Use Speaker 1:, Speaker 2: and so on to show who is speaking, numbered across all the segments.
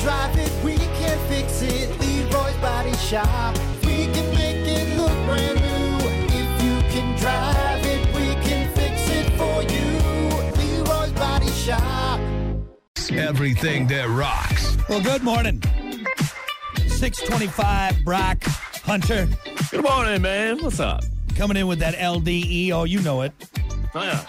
Speaker 1: drive it, we can fix it. Leroy's Body Shop. We can make it look brand new. If you can drive it, we can fix it for you. Leroy's Body Shop.
Speaker 2: Everything that rocks.
Speaker 3: Well, good morning. 625 Brock Hunter
Speaker 4: Good morning, man. What's up?
Speaker 3: coming in with that LDE. Oh, you know it.
Speaker 4: Oh, yeah.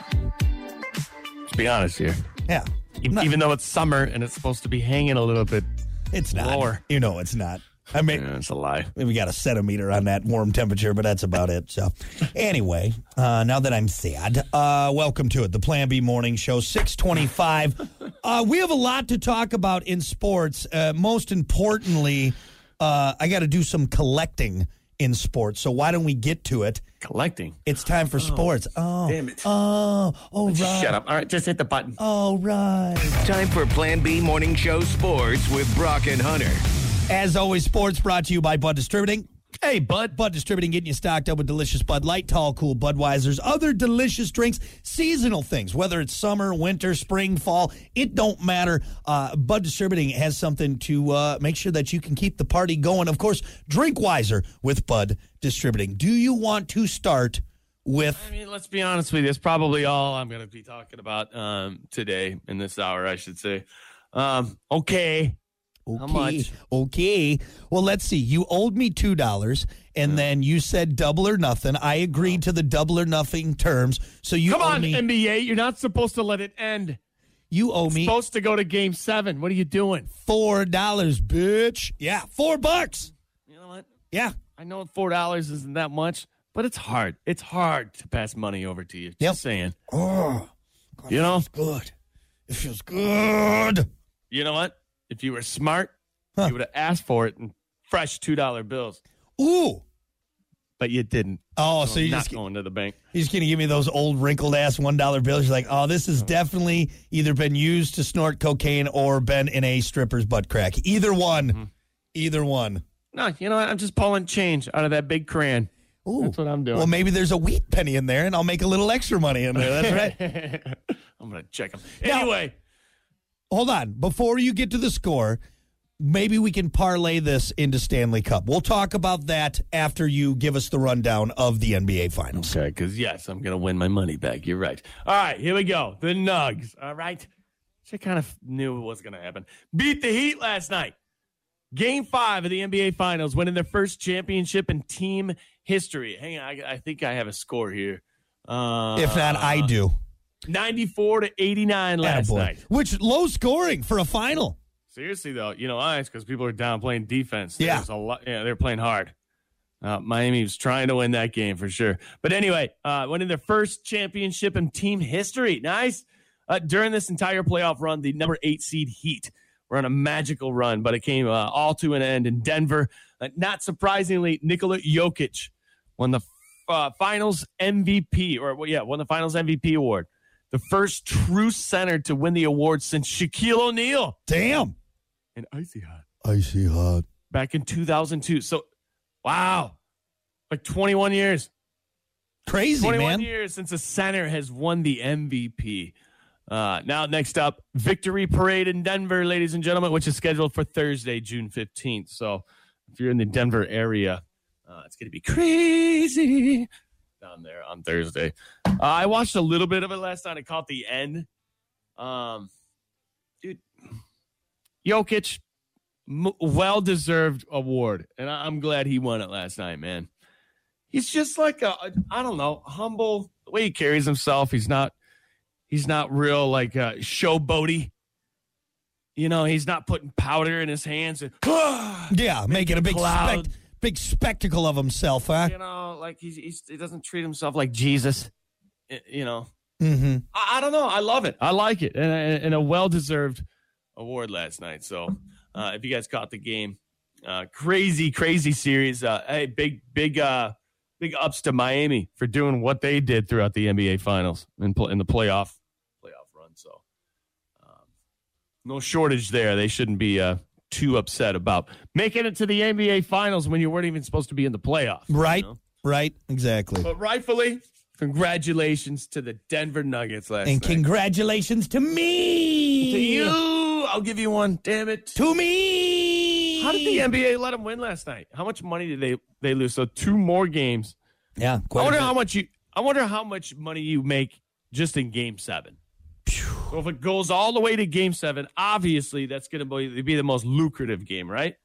Speaker 4: Let's be honest here.
Speaker 3: Yeah.
Speaker 4: E-
Speaker 3: No,
Speaker 4: Even though it's summer and it's supposed to be hanging a little bit,
Speaker 3: it's not.
Speaker 4: lower.
Speaker 3: You know it's not. I mean,
Speaker 4: yeah, it's a lie.
Speaker 3: we got a centimeter on that warm temperature, but that's about it. So, anyway, uh, now that I'm sad, uh, welcome to it, the Plan B Morning Show, six twenty-five. Uh, we have a lot to talk about in sports. Uh, most importantly, uh, I got to do some collecting in sports. So why don't we get to it?
Speaker 4: Collecting.
Speaker 3: It's time for sports. Oh,
Speaker 4: damn it.
Speaker 3: Oh, all right.
Speaker 4: Just shut up. All right, just hit the button.
Speaker 3: All right.
Speaker 2: Time for Plan B Morning Show Sports with Brock and Hunter.
Speaker 3: As always, sports brought to you by Bud Distributing. Hey, Bud. Bud Distributing, getting you stocked up with delicious Bud Light, tall, cool Budweiser's, other delicious drinks, seasonal things, whether it's summer, winter, spring, fall, it don't matter. Uh, Bud Distributing has something to uh, make sure that you can keep the party going. Of course, drink wiser with Bud Distributing. Do you want to start with.
Speaker 4: I mean, let's be honest with you. It's probably all I'm going to be talking about um, today in this hour, I should say. Um, okay.
Speaker 3: Okay.
Speaker 4: much?
Speaker 3: Okay. Well, let's see. You owed me two dollars, and then you said double or nothing. I agreed to the double or nothing terms. So you
Speaker 4: Come
Speaker 3: owe
Speaker 4: on,
Speaker 3: me.
Speaker 4: NBA. You're not supposed to let it end.
Speaker 3: you owe me
Speaker 4: Supposed to go to game seven. What are you doing?
Speaker 3: four dollars, bitch. Yeah, four bucks.
Speaker 4: You know what?
Speaker 3: Yeah.
Speaker 4: I know $4 isn't that much, but it's hard. It's hard to pass money over to you. Just
Speaker 3: Yep.
Speaker 4: saying.
Speaker 3: Oh,
Speaker 4: You know?
Speaker 3: good. It feels good.
Speaker 4: You know what? If you were smart,
Speaker 3: Huh.
Speaker 4: you would have asked for it in fresh two dollar bills,
Speaker 3: Ooh.
Speaker 4: but you didn't.
Speaker 3: Oh, so
Speaker 4: I'm
Speaker 3: you
Speaker 4: not
Speaker 3: just
Speaker 4: going to the bank.
Speaker 3: He's going to give me those old wrinkled ass $1 bills. You're like, oh, this has definitely either been used to snort cocaine or been in a stripper's butt crack. Either one. Either one.
Speaker 4: No, you know what? I'm just pulling change out of that big crayon.
Speaker 3: Ooh.
Speaker 4: That's what I'm doing.
Speaker 3: Well, maybe there's a wheat penny in there and I'll make a little extra money in there. That's right.
Speaker 4: I'm gonna check them
Speaker 3: Now-
Speaker 4: anyway.
Speaker 3: Hold on. Before you get to the score, maybe we can parlay this into Stanley Cup. We'll talk about that after you give us the rundown of the NBA Finals.
Speaker 4: Okay, because yes, I'm gonna win my money back. You're right. All right, here we go. The Nugs. All right, which I kind of knew it was gonna happen. Beat the Heat last night. Game five of the NBA Finals, winning their first championship in team history. Hang on, I, I think I have a score here. Uh,
Speaker 3: If not, I do.
Speaker 4: 94 to 89 last
Speaker 3: Attaboy.
Speaker 4: night.
Speaker 3: Which low scoring for a final.
Speaker 4: Seriously though, you know, ice because people are down playing defense.
Speaker 3: Yeah.
Speaker 4: There's a lot. Yeah, they're playing hard. Uh, Miami was trying to win that game for sure. But anyway, uh, winning their first championship in team history. Nice. Uh, during this entire playoff run, the number eight seed Heat were on a magical run, but it came uh, all to an end in Denver. Uh, not surprisingly, Nikola Jokic won the uh, Finals MVP, or well, yeah, won the Finals MVP award. The first true center to win the award since Shaquille O'Neal
Speaker 3: Damn.
Speaker 4: and Icy Hot
Speaker 3: Icy hot.
Speaker 4: back in 2002. So, wow, like 21 years,
Speaker 3: Crazy,
Speaker 4: 21
Speaker 3: man.
Speaker 4: years since a center has won the MVP. Uh, now, next up, Victory Parade in Denver, ladies and gentlemen, which is scheduled for Thursday, June 15th. So, if you're in the Denver area, uh, it's going to be crazy down there on Thursday. Uh, I watched a little bit of it last night. I caught the end. Um, dude, Jokic, m- well deserved award, and I- I'm glad he won it last night, man. He's just like a, a I don't know, humble the way he carries himself. He's not, he's not real like uh, showboaty. You know, he's not putting powder in his hands and.
Speaker 3: Yeah, making a big
Speaker 4: cloud.
Speaker 3: spect- big spectacle of himself, huh?
Speaker 4: you know, like he's, he's he doesn't treat himself like Jesus. Y- You know,
Speaker 3: Mm-hmm.
Speaker 4: I, I don't know. I love it. I like it, and, and and a well deserved award last night. So, uh, if you guys caught the game, uh, crazy, crazy series. Uh, hey, big, big, uh, big ups to Miami for doing what they did throughout the NBA Finals and pl- in the playoff playoff run. So, um, no shortage there. They shouldn't be uh, too upset about making it to the NBA Finals when you weren't even supposed to be in the playoffs. you
Speaker 3: Right,
Speaker 4: know?
Speaker 3: right, exactly.
Speaker 4: But rightfully, congratulations to the Denver Nuggets last
Speaker 3: And
Speaker 4: night.
Speaker 3: congratulations to me.
Speaker 4: to you, I'll give you one. Damn it.
Speaker 3: To me.
Speaker 4: How did the NBA let them win last night? How much money did they they lose? So two more games.
Speaker 3: Yeah.
Speaker 4: I
Speaker 3: Quite
Speaker 4: wonder
Speaker 3: a bit.
Speaker 4: how much you. I wonder how much money you make just in Game Seven. So if it goes all the way to Game Seven, obviously that's going to be the most lucrative game, right?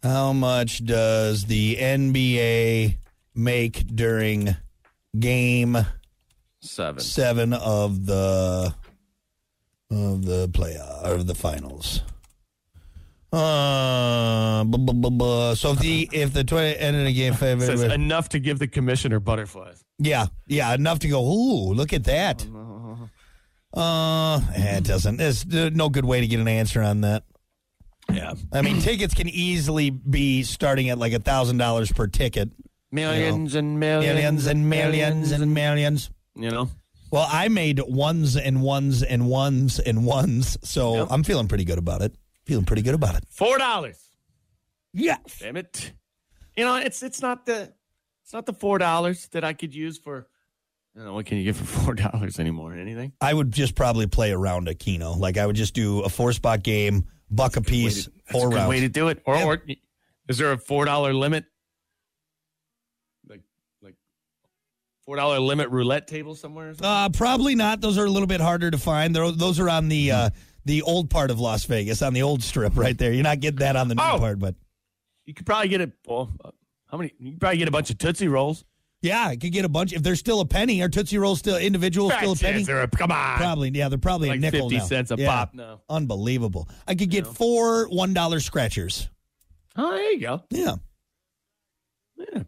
Speaker 3: How much does the NBA make during game
Speaker 4: Seven.
Speaker 3: seven of the of the playoff of the finals? Uh, bu- bu- bu- bu- so if the if the twenty ended a game
Speaker 4: It says
Speaker 3: favorite,
Speaker 4: enough to give the commissioner butterflies.
Speaker 3: yeah, yeah, enough to go. Ooh, look at that. Uh, eh, it doesn't. There's uh, no good way to get an answer on that.
Speaker 4: Yeah.
Speaker 3: I mean, tickets can easily be starting at like a thousand dollars per ticket.
Speaker 4: Millions and millions,
Speaker 3: millions and millions and millions.
Speaker 4: you know.
Speaker 3: Well, I made ones and ones and ones and ones, so
Speaker 4: Yep.
Speaker 3: I'm feeling pretty good about it. Feeling pretty good about it.
Speaker 4: Four dollars.
Speaker 3: Yeah.
Speaker 4: Damn it. You know, it's it's not the it's not the four dollars that I could use for I don't know, what can you get for four dollars anymore? Anything?
Speaker 3: I would just probably play around a Keno. Like I would just do a four spot game, buck a piece,
Speaker 4: It's
Speaker 3: four
Speaker 4: a good
Speaker 3: rounds.
Speaker 4: way to do it. Or, or is there a four dollar limit? Like like four dollar limit roulette table somewhere or something?
Speaker 3: Uh, probably not. Those are a little bit harder to find. They're, those are on the uh, the old part of Las Vegas, on the old strip right there. You're not getting that on the new
Speaker 4: Oh.
Speaker 3: part, but
Speaker 4: you could probably get a well, uh, how many you could probably get a bunch of Tootsie Rolls.
Speaker 3: yeah, I could get a bunch. If there's still a penny, are Tootsie Rolls still individual still a
Speaker 4: That's it.
Speaker 3: penny?
Speaker 4: They're a- come on.
Speaker 3: Probably, yeah. They're probably
Speaker 4: Like
Speaker 3: a nickel
Speaker 4: 50
Speaker 3: now.
Speaker 4: cents a
Speaker 3: Yeah.
Speaker 4: pop now.
Speaker 3: Unbelievable. I could get four one dollar scratchers.
Speaker 4: Oh, there you go.
Speaker 3: Yeah.
Speaker 4: Yeah.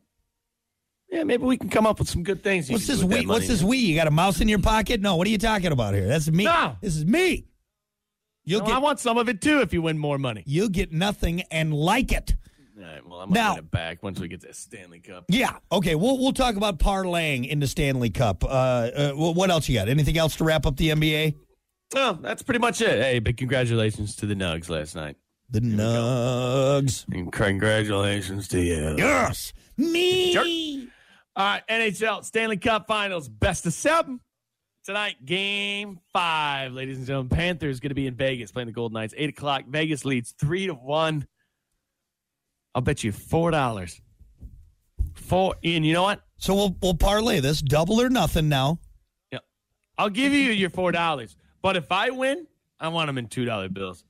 Speaker 4: Yeah, maybe we can come up with some good things. you
Speaker 3: What's
Speaker 4: can do
Speaker 3: this
Speaker 4: with that
Speaker 3: we? What's
Speaker 4: money.
Speaker 3: this we? You got a mouse in your pocket? No. What are you talking about here? That's me.
Speaker 4: No.
Speaker 3: This is me. You'll
Speaker 4: No,
Speaker 3: get
Speaker 4: I want some of it too if you win more money.
Speaker 3: you'll get nothing and like it.
Speaker 4: All right, well, I'm
Speaker 3: Now-
Speaker 4: gonna get it back once we get that Stanley Cup.
Speaker 3: Yeah. Okay. We'll we'll talk about parlaying into Stanley Cup. Uh, uh, wh- what else you got? Anything else to wrap up the NBA?
Speaker 4: Well, that's pretty much it. Hey, big congratulations to the Nugs last night.
Speaker 3: The Nugs.
Speaker 4: And congratulations to you.
Speaker 3: Yes. Me.
Speaker 4: All right, NHL Stanley Cup Finals, best of seven. Tonight, game five, ladies and gentlemen. Panthers going to be in Vegas playing the Golden Knights. Eight o'clock. Vegas leads three to one. I'll bet you four dollars. Four. And you know what?
Speaker 3: So we'll we'll parlay this double or nothing now.
Speaker 4: I'll give you your four dollars. But if I win, I want them in two dollar bills.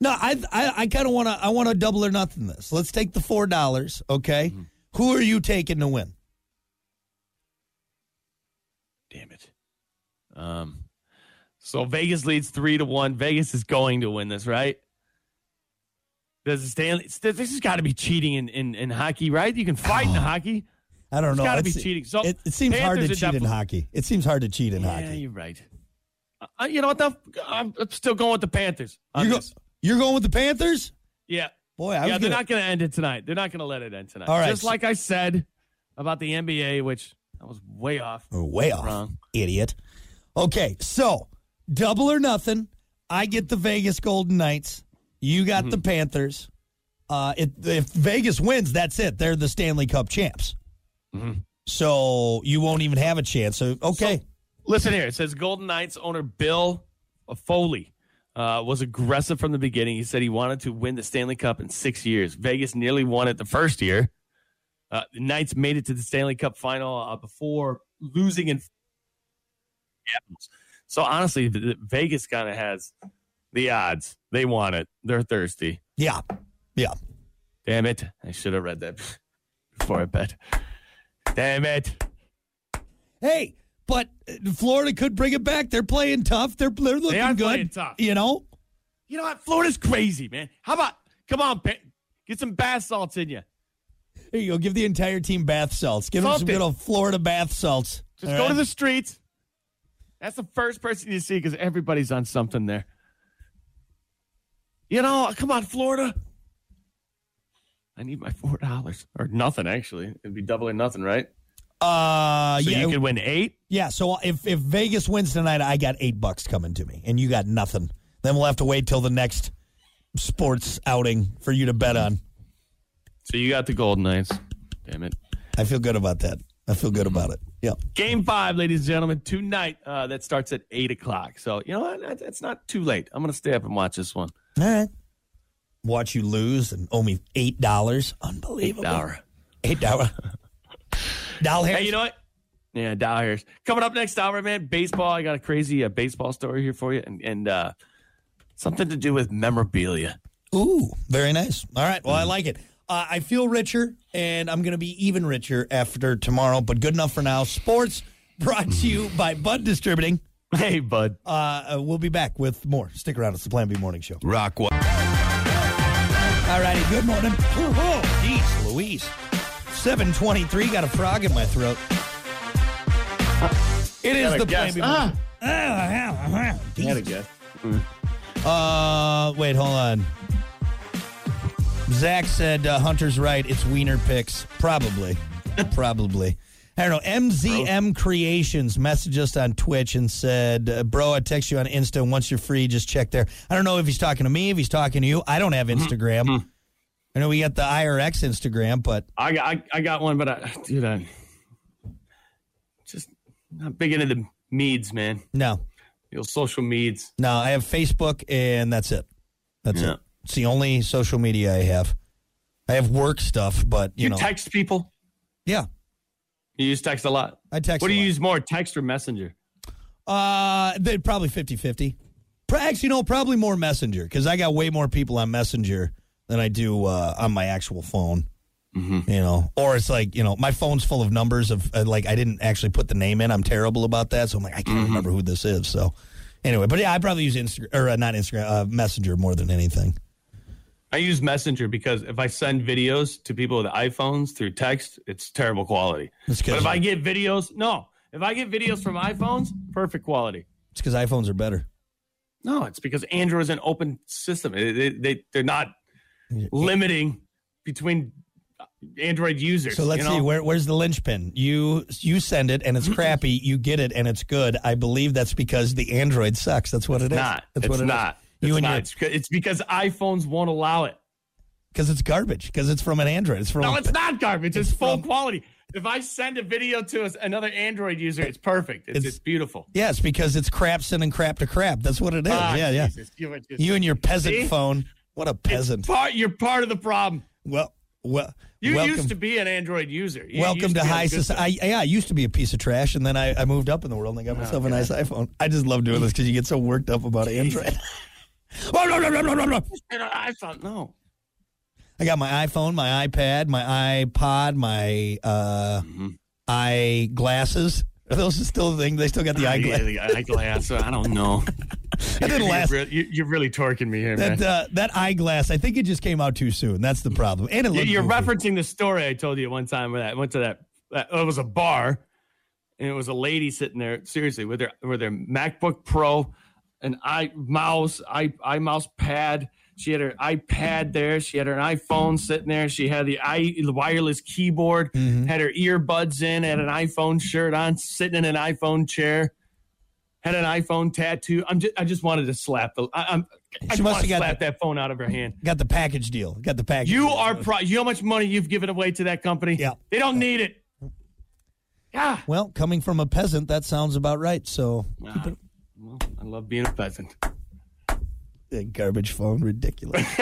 Speaker 3: No, I I, I kind of want to I want to double or nothing this. Let's take the four dollars. Okay,
Speaker 4: Mm-hmm.
Speaker 3: who are you taking to win?
Speaker 4: Damn it. Um. So Vegas leads three to one. Vegas is going to win this, right? Does it Stanley? This has got to be cheating in, in, in hockey, right? You can fight
Speaker 3: Oh,
Speaker 4: in hockey.
Speaker 3: I don't
Speaker 4: It's
Speaker 3: know.
Speaker 4: gotta
Speaker 3: It's-
Speaker 4: be cheating. So,
Speaker 3: it, it seems hard to
Speaker 4: Panthers are
Speaker 3: cheat in
Speaker 4: definitely-
Speaker 3: hockey. It seems hard to cheat in
Speaker 4: yeah,
Speaker 3: hockey.
Speaker 4: you're right. Uh, you know what? though? I'm, I'm still going with the Panthers. on
Speaker 3: You're, go-
Speaker 4: this.
Speaker 3: you're going with the Panthers,
Speaker 4: yeah,
Speaker 3: boy. I
Speaker 4: yeah.
Speaker 3: was
Speaker 4: They're
Speaker 3: gonna-
Speaker 4: not going to end it tonight. They're not going to let it end tonight.
Speaker 3: All right,
Speaker 4: Just
Speaker 3: so-
Speaker 4: like I said about the NBA, which I was way off.
Speaker 3: Oh, way off,
Speaker 4: Wrong.
Speaker 3: idiot. Okay, so double or nothing. I get the Vegas Golden Knights. You got
Speaker 4: Mm-hmm.
Speaker 3: the Panthers. Uh, if, if Vegas wins, that's it. They're the Stanley Cup champs.
Speaker 4: Mm-hmm.
Speaker 3: So you won't even have a chance. So okay.
Speaker 4: Listen here. It says Golden Knights owner Bill Foley uh, was aggressive from the beginning. He said he wanted to win the Stanley Cup in six years. Vegas nearly won it the first year. Uh, the Knights made it to the Stanley Cup final uh, before losing in. So honestly, the- the Vegas kind of has the odds. They want it. They're thirsty.
Speaker 3: yeah, yeah.
Speaker 4: Damn it! I should have read that before I bet. Damn it!
Speaker 3: Hey, but uh, Florida could bring it back. They're playing tough. They're they're looking
Speaker 4: are
Speaker 3: good.
Speaker 4: playing tough.
Speaker 3: You know.
Speaker 4: You know what? Florida's crazy, man. How about come on, Pa- get some bath salts in you.
Speaker 3: Here you go. Give the entire team bath salts. Give them some
Speaker 4: Something.
Speaker 3: good old Florida bath salts.
Speaker 4: Just
Speaker 3: All
Speaker 4: go
Speaker 3: right?
Speaker 4: to the streets. That's the first person you see because everybody's on something there. You know, come on, Florida. I need my four dollars or nothing. Actually, it'd be double or nothing, right?
Speaker 3: Uh,
Speaker 4: So
Speaker 3: yeah,
Speaker 4: you could win eight.
Speaker 3: yeah. So if if Vegas wins tonight, I got eight bucks coming to me, and you got nothing. Then we'll have to wait till the next sports outing for you to bet on.
Speaker 4: So you got the Golden Knights. Damn it.
Speaker 3: I feel good about that. I feel good about it. Yeah.
Speaker 4: Game five, ladies and gentlemen, tonight. Uh, that starts at eight o'clock. So you know what? That- That's not too late. I'm gonna stay up and watch this one.
Speaker 3: All right. Watch you lose and owe me eight dollars. Unbelievable.
Speaker 4: Dollar.
Speaker 3: Eight dollar. Doll
Speaker 4: Hey, you know what? Yeah, Dow Harris. Coming up next hour, man, baseball. I got a crazy uh, baseball story here for you and, and uh, something to do with memorabilia.
Speaker 3: Ooh, very nice. All right.
Speaker 4: Mm.
Speaker 3: Well, I like it. Uh, I feel richer, and I'm going to be even richer after tomorrow. But good enough for now. Sports brought to you by Bud Distributing.
Speaker 4: Hey, bud.
Speaker 3: Uh, uh, we'll be back with more. Stick around. It's the Plan B Morning Show.
Speaker 2: Rock one.
Speaker 3: All righty. Good morning. Oh, geez, Louise. 723. Got a frog in my throat. It is
Speaker 4: Gotta
Speaker 3: the Plan
Speaker 4: guess.
Speaker 3: B Morning Ah, ah, ah,
Speaker 4: guess.
Speaker 3: ah. Uh, wait, hold on. Zach said uh, Hunter's right. It's Wiener Picks. Probably. Probably. I don't know. MZM Creations messaged us on Twitch and said, uh, Bro, I text you on Insta. and Once you're free, just check there. I don't know if he's talking to me, if he's talking to you. I don't have Instagram. I know we got the IRX Instagram, but
Speaker 4: I got I, I got one, but I dude, I'm just not big into the meads, man.
Speaker 3: no.
Speaker 4: The old social meads.
Speaker 3: No, I have Facebook and that's it. That's
Speaker 4: Yeah.
Speaker 3: it. It's the only social media I have. I have work stuff, but, you,
Speaker 4: You,
Speaker 3: know.
Speaker 4: text people.
Speaker 3: yeah,
Speaker 4: You use text a lot.
Speaker 3: I text.
Speaker 4: what do
Speaker 3: a
Speaker 4: you
Speaker 3: lot.
Speaker 4: use more, text or messenger?
Speaker 3: Uh, they probably 50-50. Pro- Actually, no, probably more Messenger because I got way more people on Messenger than I do uh, on my actual phone.
Speaker 4: Mm-hmm.
Speaker 3: You know, or it's like you know, my phone's full of numbers of uh, like I didn't actually put the name in. I'm terrible about that, so I'm like I can't
Speaker 4: Mm-hmm.
Speaker 3: remember who this is. So anyway, but yeah, I probably use Instagram or uh, not Instagram, uh, Messenger more than anything.
Speaker 4: I use messenger because if I send videos to people with iPhones through text, it's terrible quality.
Speaker 3: It's 'cause-
Speaker 4: But if I get videos, no. If I get videos from iPhones, perfect quality.
Speaker 3: It's because iPhones are better.
Speaker 4: No, it's because Android is an open system. It- They, they, they're not limiting between Android users.
Speaker 3: So let's
Speaker 4: you know?
Speaker 3: see where where's the linchpin. You you send it and it's crappy. You get it and it's good. I believe that's because the Android sucks. That's what it is.
Speaker 4: not.
Speaker 3: That's
Speaker 4: it's
Speaker 3: what it is.
Speaker 4: not.
Speaker 3: You
Speaker 4: it's
Speaker 3: and
Speaker 4: not.
Speaker 3: your
Speaker 4: It's c- It's because iPhones won't allow it.
Speaker 3: Because it's garbage. Because it's from an Android. It's from
Speaker 4: No,
Speaker 3: a-
Speaker 4: it's not garbage.
Speaker 3: Oh.
Speaker 4: It's,
Speaker 3: It's
Speaker 4: full
Speaker 3: from-
Speaker 4: quality. If I send a video to us- another Android user, it's perfect. It's, it's,
Speaker 3: It's-
Speaker 4: beautiful.
Speaker 3: yes, because it's crap sending crap to crap. That's what it is.
Speaker 4: Ah,
Speaker 3: yeah, yeah.
Speaker 4: Jesus, You, are just-
Speaker 3: You and your peasant
Speaker 4: See?
Speaker 3: phone. What a peasant.
Speaker 4: part, you're part of the problem.
Speaker 3: Well, well.
Speaker 4: You
Speaker 3: welcome,
Speaker 4: used to be an Android user. You
Speaker 3: welcome
Speaker 4: used
Speaker 3: to
Speaker 4: be on
Speaker 3: high
Speaker 4: good stuff.
Speaker 3: society. I, yeah, I used to be a piece of trash, and then I, I moved up in the world and I got
Speaker 4: Oh,
Speaker 3: myself a nice iPhone. I just love doing this because you get so worked up about Android. I
Speaker 4: And I thought, no.
Speaker 3: got my iPhone, my iPad, my iPod, my uh, eye glasses. Are those still the thing? They still got the eye
Speaker 4: Yeah,
Speaker 3: eyeglasses.
Speaker 4: the eyeglass. I don't know.
Speaker 3: That didn't last.
Speaker 4: You're, re- you- you're really torquing me here, man.
Speaker 3: That uh, that eyeglass, I think it just came out too soon. That's the problem. And it
Speaker 4: You-
Speaker 3: looked
Speaker 4: you're
Speaker 3: goofy.
Speaker 4: referencing the story I told you one time where I went to that, that it was a bar and it was a lady sitting there seriously with her with her MacBook Pro an i mouse i i mouse pad she had her iPad there she had her iPhone sitting there she had the i the wireless keyboard
Speaker 3: Mm-hmm.
Speaker 4: had her earbuds in had an iPhone shirt on sitting in an iPhone chair had an iPhone tattoo I'm just I just wanted to slap the I, I'm I
Speaker 3: She
Speaker 4: just
Speaker 3: must
Speaker 4: want
Speaker 3: have
Speaker 4: to
Speaker 3: got
Speaker 4: slap
Speaker 3: the-
Speaker 4: that phone out of her hand
Speaker 3: Got the package deal. Got the package.
Speaker 4: you
Speaker 3: deal.
Speaker 4: are pro. You know how much money you've given away to that company?
Speaker 3: Yeah.
Speaker 4: They don't need it. Ah. Yeah.
Speaker 3: Well, coming from a peasant, that sounds about right. So,
Speaker 4: Ah, well, I love being a peasant.
Speaker 3: eh, garbage phone, ridiculous.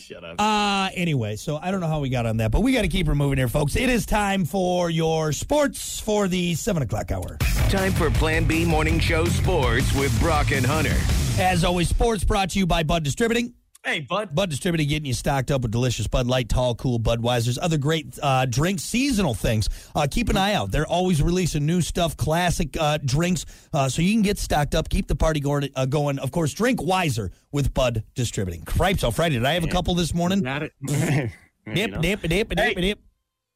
Speaker 4: Shut up.
Speaker 3: uh, anyway, so I don't know how we got on that, but we got to keep her moving here, folks. It is time for your sports for the seven o'clock hour.
Speaker 2: Time for Plan B Morning Show Sports with Brock and Hunter.
Speaker 3: As always, sports brought to you by Bud Distributing.
Speaker 4: hey, bud.
Speaker 3: Bud Distributing getting you stocked up with delicious Bud Light, Tall, Cool, Budweiser's, other great uh, drinks, seasonal things. Uh, keep an eye out. They're always releasing new stuff, classic uh, drinks, uh, so you can get stocked up, keep the party going, uh, going. Of course, drink wiser with Bud Distributing. Cripes on Friday. Did I have a couple this morning?
Speaker 4: Not it. You
Speaker 3: Dip,
Speaker 4: know?
Speaker 3: dip, dip, dip,
Speaker 4: Hey.
Speaker 3: dip.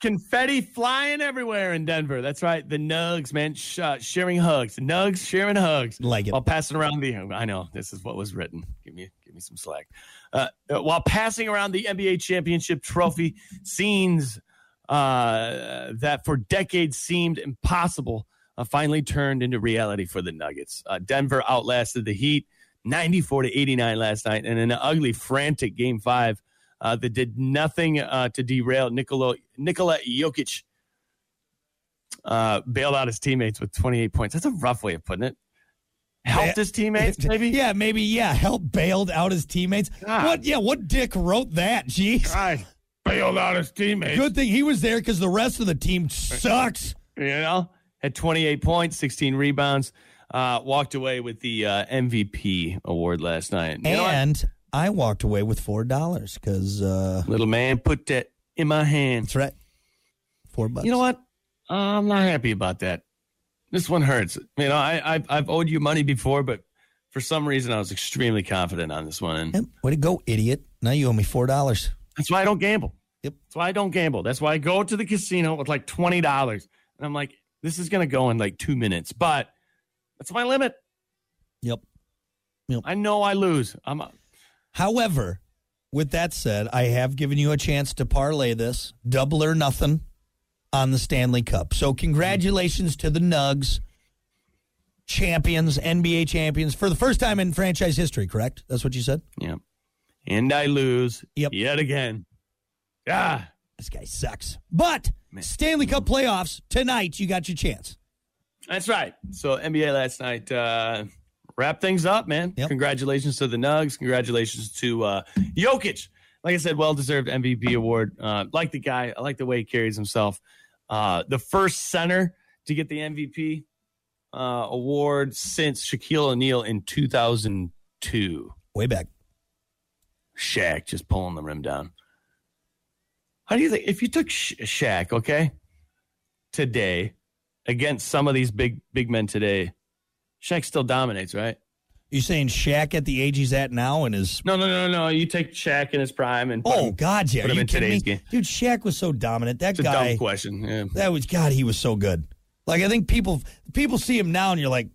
Speaker 4: Confetti flying everywhere in Denver. That's right. The Nugs, man, sh- uh, sharing hugs. Nugs sharing hugs.
Speaker 3: Like it.
Speaker 4: While passing around the, I know this is what was written. Give me, give me some slack. Uh, uh, while passing around the NBA championship trophy, scenes uh, that for decades seemed impossible uh, finally turned into reality for the Nuggets. Uh, Denver outlasted the Heat 94 to 89 last night in an ugly, frantic game five uh, that did nothing uh, to derail Nikola, Nikola Jokic. Uh, bailed out his teammates with 28 points. That's a rough way of putting it. helped his teammates, maybe?
Speaker 3: Yeah, maybe. Yeah, help bailed out his teammates.
Speaker 4: God.
Speaker 3: What? Yeah, what dick wrote that? Jeez.
Speaker 4: I bailed out his teammates.
Speaker 3: Good thing he was there because the rest of the team sucks.
Speaker 4: You know, had 28 points, 16 rebounds. Uh, walked away with the uh, MVP award last night. You know what?
Speaker 3: And I walked away with four dollars because uh,
Speaker 4: little man, put that in my hand.
Speaker 3: that's right, four bucks.
Speaker 4: You know what? I'm not happy about that. This one hurts. You know, I, I've, I've owed you money before, but for some reason, I was extremely confident on this one. And
Speaker 3: Yep, way to go, idiot! Now you owe me four dollars.
Speaker 4: That's why I don't gamble.
Speaker 3: Yep.
Speaker 4: That's why I don't gamble. That's why I go to the casino with like twenty dollars, and I'm like, this is gonna go in like two minutes, but that's my limit.
Speaker 3: Yep.
Speaker 4: I know I lose. I'm
Speaker 3: However, with that said, I have given you a chance to parlay this double or nothing on the Stanley Cup. So, congratulations to the Nugs, champions, NBA champions for the first time in franchise history, correct? That's what you said?
Speaker 4: yeah, and I lose.
Speaker 3: Yep.
Speaker 4: Yet again. Yeah.
Speaker 3: This guy sucks. But Stanley Cup playoffs tonight, you got your chance.
Speaker 4: That's right. So NBA last night uh, wrap things up, man.
Speaker 3: Yep.
Speaker 4: Congratulations to the Nugs. Congratulations to uh, Jokic. Like I said, well deserved MVP award. Uh, like the guy. I like the way he carries himself. Uh, the first center to get the MVP uh, award since Shaquille O'Neal in 2002.
Speaker 3: Way back.
Speaker 4: Shaq just pulling the rim down. How do you think if you took Sh- Shaq, okay, today against some of these big big men today, Shaq still dominates, right?
Speaker 3: You saying Shaq at the age he's at now and is.
Speaker 4: No, no, no, no. You take Shaq in his prime and put
Speaker 3: Oh,
Speaker 4: him-
Speaker 3: God, yeah.
Speaker 4: put
Speaker 3: Are
Speaker 4: him
Speaker 3: you
Speaker 4: in
Speaker 3: kidding me?
Speaker 4: today's game.
Speaker 3: Dude, Shaq was so dominant. That
Speaker 4: It's a
Speaker 3: guy.
Speaker 4: dumb question. Yeah.
Speaker 3: That was God. He was so good. Like I think people people see him now, and you're like,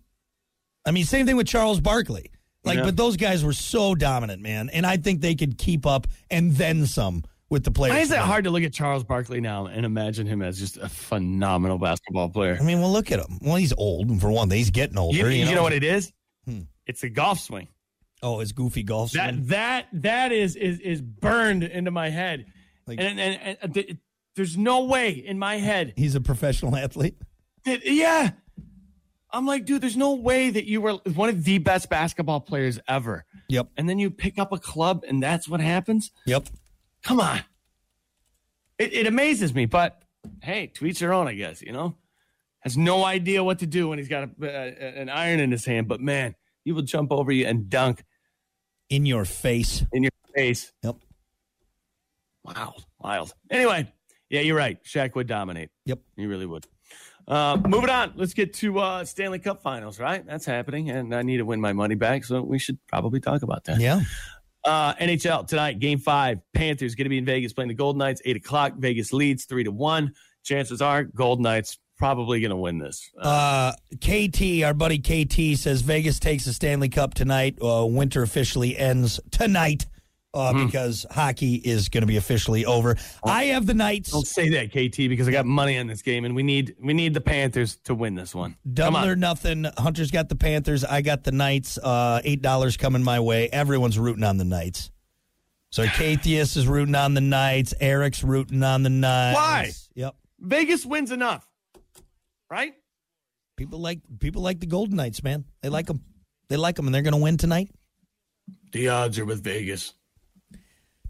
Speaker 3: I mean, same thing with Charles Barkley. Like,
Speaker 4: Yeah.
Speaker 3: but those guys were so dominant, man, and I think they could keep up and then some with the players.
Speaker 4: Why is it
Speaker 3: today.
Speaker 4: hard to look at Charles Barkley now and imagine him as just a phenomenal basketball player?
Speaker 3: I mean, well, look at him. Well, he's old, and for one, thing, he's getting older.
Speaker 4: You,
Speaker 3: You,
Speaker 4: you
Speaker 3: know? Hmm.
Speaker 4: know what it is? It's a golf swing.
Speaker 3: Oh, his goofy golf swing.
Speaker 4: that that that is is is burned into my head
Speaker 3: Like-
Speaker 4: and and, and, and th- there's no way in my head
Speaker 3: He's a professional athlete.
Speaker 4: that, yeah i'm like dude there's no way that you were one of the best basketball players ever
Speaker 3: Yep.
Speaker 4: and then you pick up a club and that's what happens
Speaker 3: Yep.
Speaker 4: come on it, it amazes me but hey tweets their own i guess you know has no idea what to do when he's got a, a, an iron in his hand but man he will jump over you and dunk
Speaker 3: In your face.
Speaker 4: in your face
Speaker 3: Yep.
Speaker 4: Wild, wild. Anyway, yeah, you're right. Shaq would dominate.
Speaker 3: Yep.
Speaker 4: He really would. Uh, moving on. Let's get to uh, Stanley Cup Finals. Right, that's happening, and I need to win my money back, so we should probably talk about that.
Speaker 3: Yeah.
Speaker 4: Uh, NHL tonight, Game Five. Panthers going to be in Vegas playing the Golden Knights. Eight o'clock. Vegas leads three to one. Chances are, Golden Knights probably going to win this. Uh,
Speaker 3: Uh, KT, our buddy KT says Vegas takes the Stanley Cup tonight. Uh, winter officially ends tonight uh,
Speaker 4: Hmm.
Speaker 3: because hockey is going to be officially over. I have the Knights
Speaker 4: don't say that, KT, because I got money on this game, and we need we need the Panthers to win this one. Come
Speaker 3: double
Speaker 4: on.
Speaker 3: or nothing. Hunter's got the Panthers. I got the Knights. Uh, Eight dollars coming my way. Everyone's rooting on the Knights. So Katheus is rooting on the Knights. Eric's rooting on the Knights.
Speaker 4: Why?
Speaker 3: Yep.
Speaker 4: Vegas wins enough, right?
Speaker 3: People like people like the Golden Knights, man. They like them. They like them, and they're going to win tonight.
Speaker 4: The odds are with Vegas.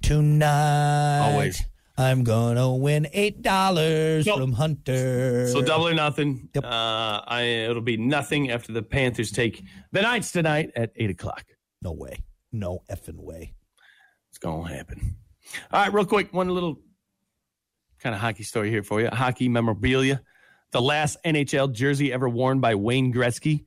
Speaker 3: Tonight.
Speaker 4: Always.
Speaker 3: I'm gonna win eight dollars
Speaker 4: So-
Speaker 3: from Hunter.
Speaker 4: So double or nothing.
Speaker 3: Yep.
Speaker 4: Uh, I it'll be nothing after the Panthers take the Knights tonight at eight o'clock.
Speaker 3: No way. No effing way.
Speaker 4: It's gonna happen. All right, real quick, one little kind of hockey story here for you. Hockey memorabilia. The last NHL jersey ever worn by Wayne Gretzky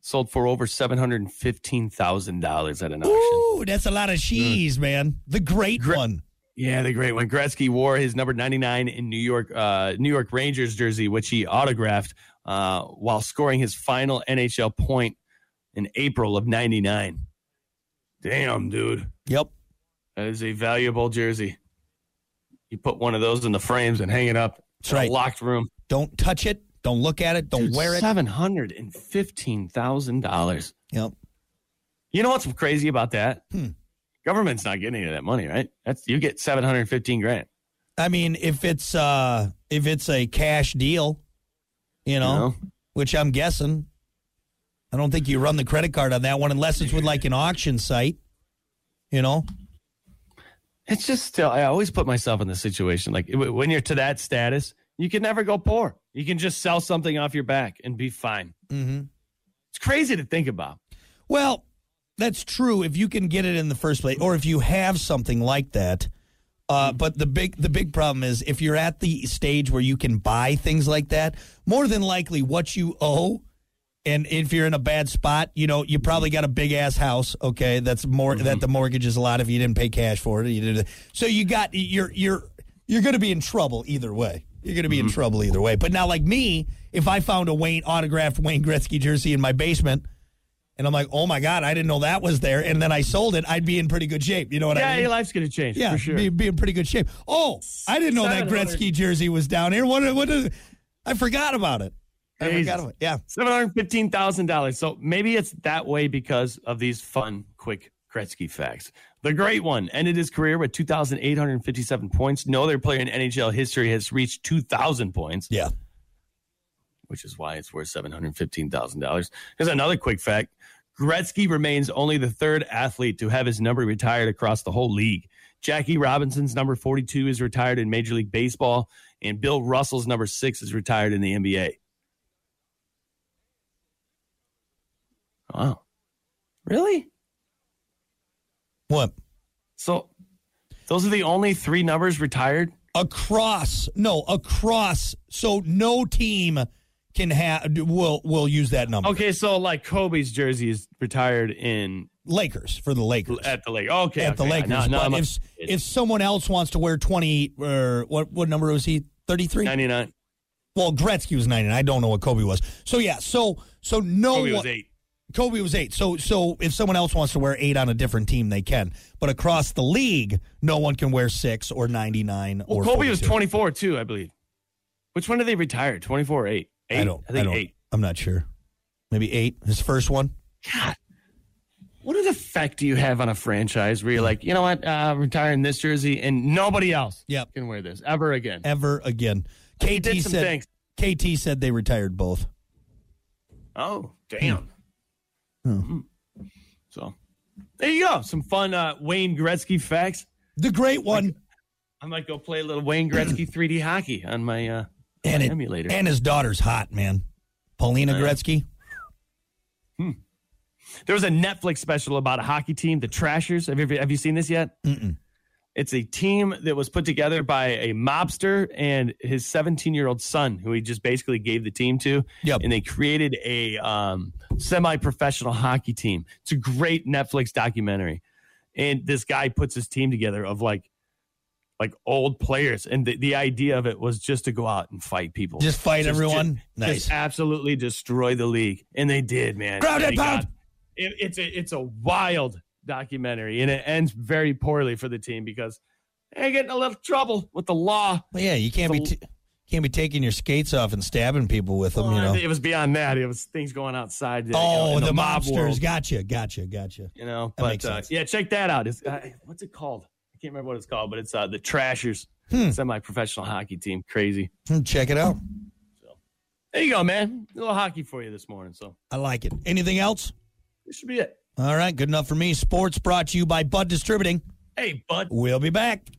Speaker 4: sold for over seven hundred and fifteen thousand dollars at an auction.
Speaker 3: Ooh, that's a lot of cheese, man. The great
Speaker 4: Mm. Gre-
Speaker 3: one.
Speaker 4: Yeah, the great one. Gretzky wore his number 99 in New York uh, New York Rangers jersey, which he autographed uh, while scoring his final NHL point in April of 99. Damn, dude.
Speaker 3: Yep.
Speaker 4: That is a valuable jersey. You put one of those in the frames and hang it up
Speaker 3: That's
Speaker 4: in
Speaker 3: right.
Speaker 4: a locked room.
Speaker 3: Don't touch it. Don't look at it. Don't
Speaker 4: Dude,
Speaker 3: wear it.
Speaker 4: $715,000.
Speaker 3: Yep.
Speaker 4: You know what's crazy about that?
Speaker 3: Hmm.
Speaker 4: Government's not getting any of that money, right? That's You get 715 grand.
Speaker 3: I mean, if it's uh if it's a cash deal, you know,
Speaker 4: You know?
Speaker 3: which I'm guessing. I don't think you run the credit card on that one unless it's with like an auction site. You know,
Speaker 4: It's just still, I always put myself in this situation. Like w- when you're to that status, you can never go poor. You can just sell something off your back and be fine. Mm-hmm. It's crazy to think about.
Speaker 3: Well, that's true if you can get it in the first place, or if you have something like that. Uh, but the big the big problem is if you're at the stage where you can buy things like that, more than likely what you owe, and if you're in a bad spot, you know you probably got a big ass house. Okay, that's more that the mortgage is a lot if you didn't pay cash for it. You did so you got you're you're you're going to be in trouble either way. You're going to be in trouble either way. But now, like me, if I found a Wayne autographed Wayne Gretzky jersey in my basement, and I'm like, oh my God, I didn't know that was there. And then I sold it, I'd be in pretty good shape. You know what
Speaker 4: yeah,
Speaker 3: I
Speaker 4: your
Speaker 3: mean?
Speaker 4: life's going to change
Speaker 3: Yeah,
Speaker 4: for sure.
Speaker 3: be, be in pretty good shape. Oh, I didn't know that
Speaker 4: 700
Speaker 3: Gretzky jersey was down here. What? What? Is, I forgot about it. I
Speaker 4: Jesus.
Speaker 3: forgot about it. Yeah.
Speaker 4: Seven hundred fifteen thousand dollars. So maybe it's that way because of these fun, quick Gretzky facts. The great one ended his career with two thousand eight hundred fifty-seven points. No other player in NHL history has reached two thousand points,
Speaker 3: Yeah.
Speaker 4: which is why it's worth seven hundred fifteen thousand dollars. Here's another quick fact: Gretzky remains only the third athlete to have his number retired across the whole league. Jackie Robinson's number forty-two is retired in Major League Baseball, and Bill Russell's number six is retired in the NBA. Wow. Really?
Speaker 3: What?
Speaker 4: So those are the only three numbers retired?
Speaker 3: Across. No, across. So no team can have will will use that number.
Speaker 4: Okay, so like Kobe's jersey is retired in
Speaker 3: Lakers for the Lakers.
Speaker 4: at the Lake. Okay.
Speaker 3: at the
Speaker 4: okay.
Speaker 3: Lakers.
Speaker 4: Now- now I'm-
Speaker 3: but if if
Speaker 4: it's
Speaker 3: someone else wants to wear twenty or what what number was he? Thirty three.
Speaker 4: 99.
Speaker 3: Well, Gretzky was nine, and I don't know what Kobe was. So yeah, so so no
Speaker 4: Kobe was
Speaker 3: one-
Speaker 4: eight.
Speaker 3: Kobe was eight. So so if someone else wants to wear eight on a different team, they can. But across the league, no one can wear six or ninety nine
Speaker 4: Well,
Speaker 3: or.
Speaker 4: Kobe was
Speaker 3: 42.
Speaker 4: 24 too, I believe. Which one did they retire? 24 or 8? 8?
Speaker 3: I don't. I,
Speaker 4: I think
Speaker 3: don't.
Speaker 4: 8.
Speaker 3: I'm not sure. Maybe eight. His first one.
Speaker 4: What an effect do you have on a franchise where you're like, you know what, uh, retiring this jersey and nobody else
Speaker 3: Yep.
Speaker 4: can wear this ever again?
Speaker 3: Ever again. KT
Speaker 4: did some
Speaker 3: said.
Speaker 4: things.
Speaker 3: KT said they retired both. Hmm.
Speaker 4: Oh, damn.
Speaker 3: Oh.
Speaker 4: Hmm. So there you go. Some fun uh, Wayne Gretzky facts.
Speaker 3: The great one.
Speaker 4: I might go play a little Wayne Gretzky 3D hockey on my uh,
Speaker 3: and it-
Speaker 4: emulator.
Speaker 3: And his daughter's hot, man. Paulina
Speaker 4: Uh,
Speaker 3: Gretzky.
Speaker 4: there was a Netflix special about a hockey team, the Trashers. Have you, ever- have you seen this yet? It's a team that was put together by a mobster and his 17 year old son, who he just basically gave the team to.
Speaker 3: Yep.
Speaker 4: And they created a um, semi professional hockey team. It's a great Netflix documentary. And this guy puts his team together of like, like old players, and the, the idea of it was just to go out and fight people,
Speaker 3: Just fight everyone?
Speaker 4: just-
Speaker 3: Nice.
Speaker 4: just absolutely destroy the league, and they did, man.
Speaker 3: Ground and
Speaker 4: They got-
Speaker 3: pound.
Speaker 4: it, it's a it's a wild documentary, and it ends very poorly for the team because they get in a little trouble with the law.
Speaker 3: Well, yeah, you can't be
Speaker 4: So-
Speaker 3: t- can't be taking your skates off and stabbing people with them. You know.
Speaker 4: It was beyond that; it was things going outside. you know,
Speaker 3: oh,
Speaker 4: in
Speaker 3: the,
Speaker 4: mob world,
Speaker 3: mobsters. Gotcha. Gotcha. Gotcha.
Speaker 4: you know,
Speaker 3: That makes
Speaker 4: but uh,
Speaker 3: sense.
Speaker 4: yeah, check that out. It's, uh, what's it called? I can't remember what it's called, but it's uh, the Trashers, semi-professional hockey team. Crazy.
Speaker 3: Hmm, Check it out.
Speaker 4: There you go, man. A little hockey for you this morning, so
Speaker 3: I like it. Anything else?
Speaker 4: this should be it.
Speaker 3: All right, good enough for me. Sports brought to you by Bud Distributing.
Speaker 4: Hey, bud.
Speaker 3: We'll be back.